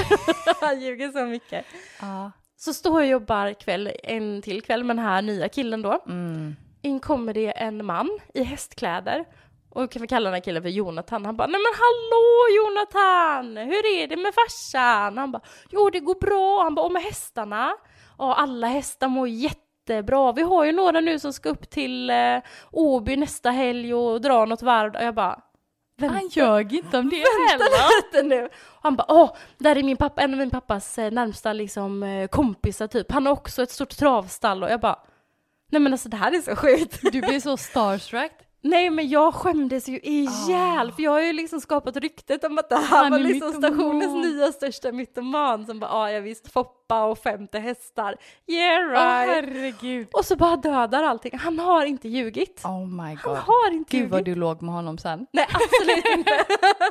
han ljuger så mycket.
Ja.
Så står jag och jobbar kväll, en till kväll med den här nya killen då. In kommer det en man i hästkläder. Och kan vi kalla den här killen för Jonathan? Han bara, nej men hallå Jonathan! Hur är det med farsan? Han bara, jo det går bra. Han bara, och med hästarna? Ja, alla hästar mår jättebra. Vi har ju några nu som ska upp till eh, Åby nästa helg och dra något varv. Och jag bara, vänta
Han ljög Alltså, inte om det heller.
vänta lite nu. Och han bara, åh, där är min pappa, en av min pappas eh, närmsta liksom, eh, kompisar typ. Han har också ett stort travstall och jag bara, nej men alltså det här är så sjukt.
Du blir så starstruck.
nej men jag skämdes ju
Ah.
ihjäl för jag har ju liksom skapat ryktet om att det här
Han
var
är
liksom
mytoman.
stationens nya största mytoman som bara, ja jag visst Foppa och 50 hästar. Yeah
Åh
right.
herregud.
och så bara dödar allting. Han har inte ljugit.
Oh my god.
Han har inte
Gud vad
ljugit.
du låg med honom sen.
Nej, absolut inte.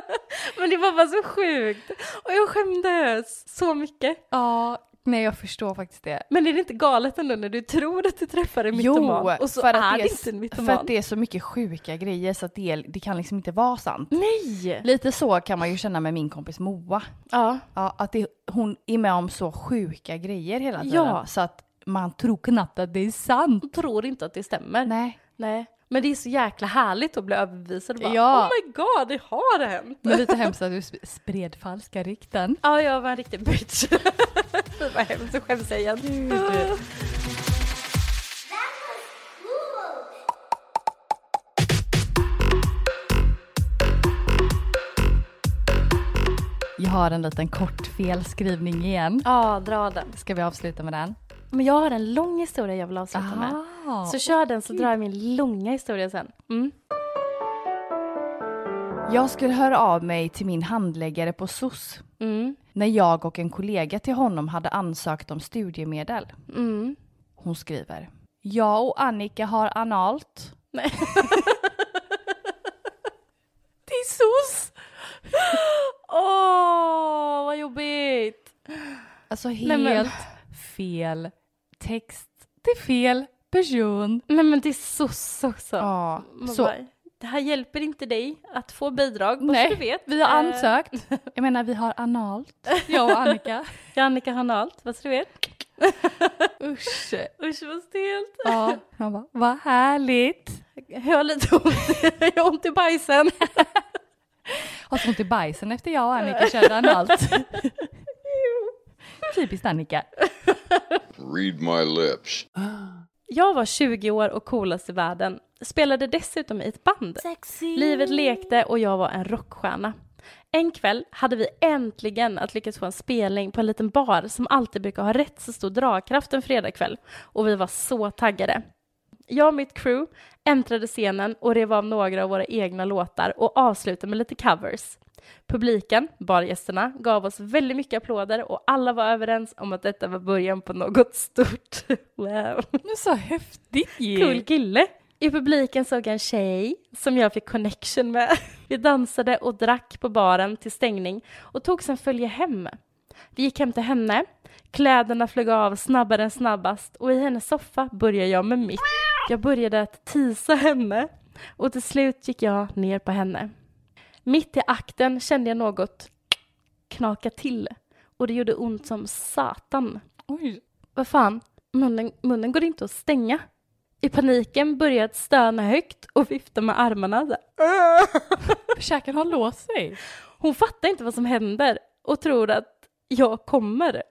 Men det var bara så sjukt. Och jag skämdes så mycket.
Ja, nej jag förstår faktiskt det.
Men är det inte galet ändå när du tror att du träffar en
Jo,
mytoman och så
för, att
är
det
det
är,
inte en
för
mytoman?
att det är så mycket sjuka grejer så att det, är- det kan liksom inte vara sant.
Nej!
Lite så kan man ju känna med min kompis Moa.
Ja.
Ja, att det, hon är med om så sjuka grejer hela tiden.
Ja.
Så att man tror knappt att det är sant.
Jag tror inte att det stämmer.
Nej.
Nej. Men det är så jäkla härligt att bli överbevisad. Bara,
Ja.
Oh my god, det har hänt!
Men lite hemskt att du sp- spred falska rykten.
Ja, jag var en riktig bitch. Fy vad hemskt, så skäms jag igen.
Jag har en liten kort felskrivning igen.
Ja, dra den.
Ska vi avsluta med den?
Men jag har en lång historia jag vill avsluta med.
Ah.
Så kör den så drar jag min långa historia sen. Mm.
Jag skulle höra av mig till min handläggare på SOS
Mm.
när jag och en kollega till honom hade ansökt om studiemedel.
Mm.
Hon skriver. Jag och Annika har analt.
Nej.
Till SOS!
Åh, vad jobbigt!
Alltså
Nej,
helt
men-
fel text till fel person.
Nej men det är soss också.
Ja,
Man
så
bara, det här hjälper inte dig att få bidrag, bara
Nej,
så du vet.
vi har
Eh,
ansökt. Jag menar vi har analt, jag och Annika.
jag och Annika Eh, har allt, vad så du vet.
Usch.
Usch vad stelt.
Ja, man bara, vad härligt.
Jag har lite ont, jag har ont i bajsen.
Har så ont i bajsen efter jag och Annika körde analt. Typiskt Annika.
Read my lips.
Jag var 20 år och coolast i världen. Spelade dessutom i ett band. Livet lekte och jag var en rockstjärna. En kväll hade vi äntligen att lyckas få en spelning på en liten bar som alltid brukar ha rätt så stor dragkraft en fredagkväll och vi var så taggade. Jag och mitt crew äntrade scenen och rev av några av våra egna låtar och avslutade med lite covers. Publiken, bargästerna, gav oss väldigt mycket applåder och alla var överens om att detta var början på något stort. Wow.
Nu så häftigt ju.
Cool kille. I publiken såg jag en tjej som jag fick connection med. Vi dansade och drack på baren till stängning och tog sen följe hem. Vi gick hem till henne, kläderna flög av snabbare än snabbast och i hennes soffa började jag med mitt. Jag började att tisa henne och till slut gick jag ner på henne. Mitt i akten kände jag något knaka till och det gjorde ont som satan.
Oj.
Vad fan, munnen, munnen går inte att stänga. I paniken började jag att stöna högt och vifta med armarna. så här.
Käken har låst sig.
Hon fattar inte vad som händer och tror att jag kommer.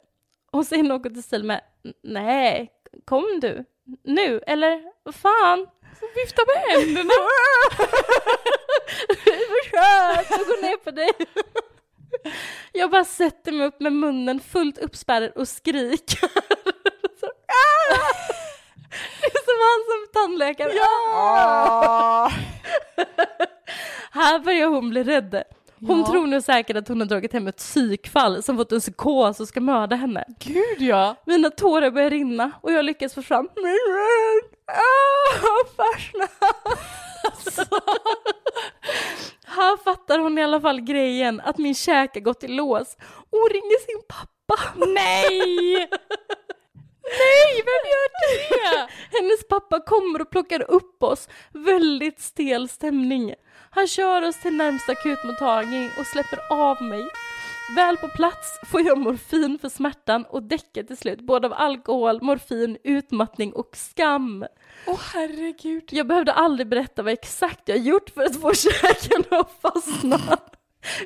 Hon säger något i stil med Nej, kom du? Nu? Eller vad fan? Så vifta med händerna! Försök att gå ner på dig! Jag bara sätter mig upp med munnen fullt uppspärrad och skriker. Så, "Ah!" Det är som han som tandläkare. Här börjar hon bli rädd. Hon
Ja.
tror nu säkert att hon har dragit hem ett psykfall som fått en psykos och ska mörda henne.
Gud ja.
Mina tårar börjar rinna och jag lyckas få fram min röd. Ah, farsan. Han fattar fattar hon i alla fall grejen att min käke gått i lås. Hon ringer sin pappa.
Nej!
Nej, vem gör det? Hennes pappa kommer och plockar upp oss. Väldigt stel stämning. Han kör oss till närmsta akutmottagning och släpper av mig. Väl på plats får jag morfin för smärtan och däcker till slut både av alkohol, morfin, utmattning och skam.
Åh herregud.
Jag behövde aldrig berätta vad exakt jag gjort för att få käken att fastna.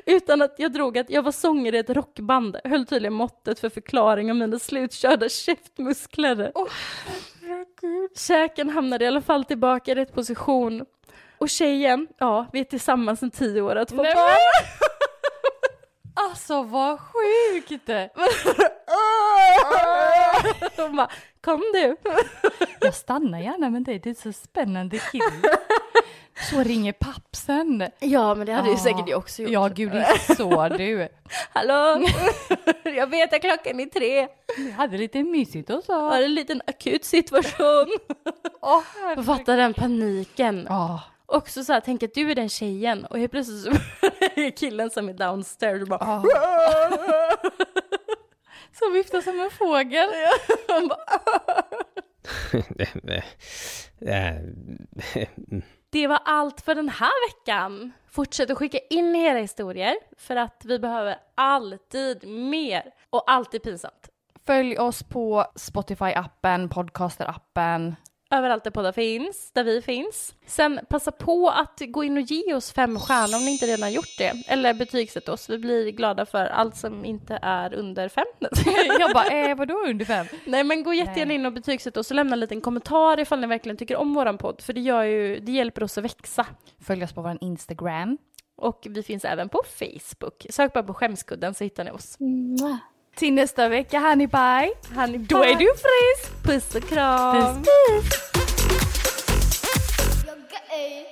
Utan att jag drog att jag var sångare i ett rockband, höll tydligen måttet för förklaring av mina slutkörda käftmuskler.
Åh herregud.
Käken hamnade i alla fall tillbaka i rätt position. Och tjejen, ja, vi är tillsammans sedan tio år att få
Nej,
barn.
Alltså vad sjukt.
Hon bara, kom du.
Jag stannar gärna med dig, det är så spännande kille. Så ringer pappsen.
Ja, men det
hade ju säkert jag
också
Ja gud, det är så du.
Hallå, jag vet att klockan är tre.
Vi hade lite mysigt och så.
Har en liten akut situation.
Åh
Fatta den paniken.
Ja.
Också så här, tänk att du är den tjejen och helt plötsligt så är killen som är downstairs och bara,
Som viftar som en fågel.
han bara Det var allt för den här veckan. Fortsätt att skicka in era historier för att vi behöver alltid mer och alltid pinsamt.
Följ oss på Spotify-appen, podcaster-appen.
Överallt där poddar finns, där vi finns. Sen passa på att gå in och ge oss fem stjärnor om ni inte redan gjort det. Eller betygsätt oss, vi blir glada för allt som inte är under fem.
Jag bara, eh, vadå under fem?
Nej men gå jättegärna
Nej.
in och betygsätt oss och lämna en liten kommentar ifall ni verkligen tycker om våran podd. För det, gör ju, det hjälper oss att växa.
Följ oss på vår Instagram.
Och vi finns även på Facebook. Sök bara på skämskudden så hittar ni oss.
Till nästa vecka, honey bye.
Honey,
Då är du frisk!
Puss och kram!
puss.
Jag är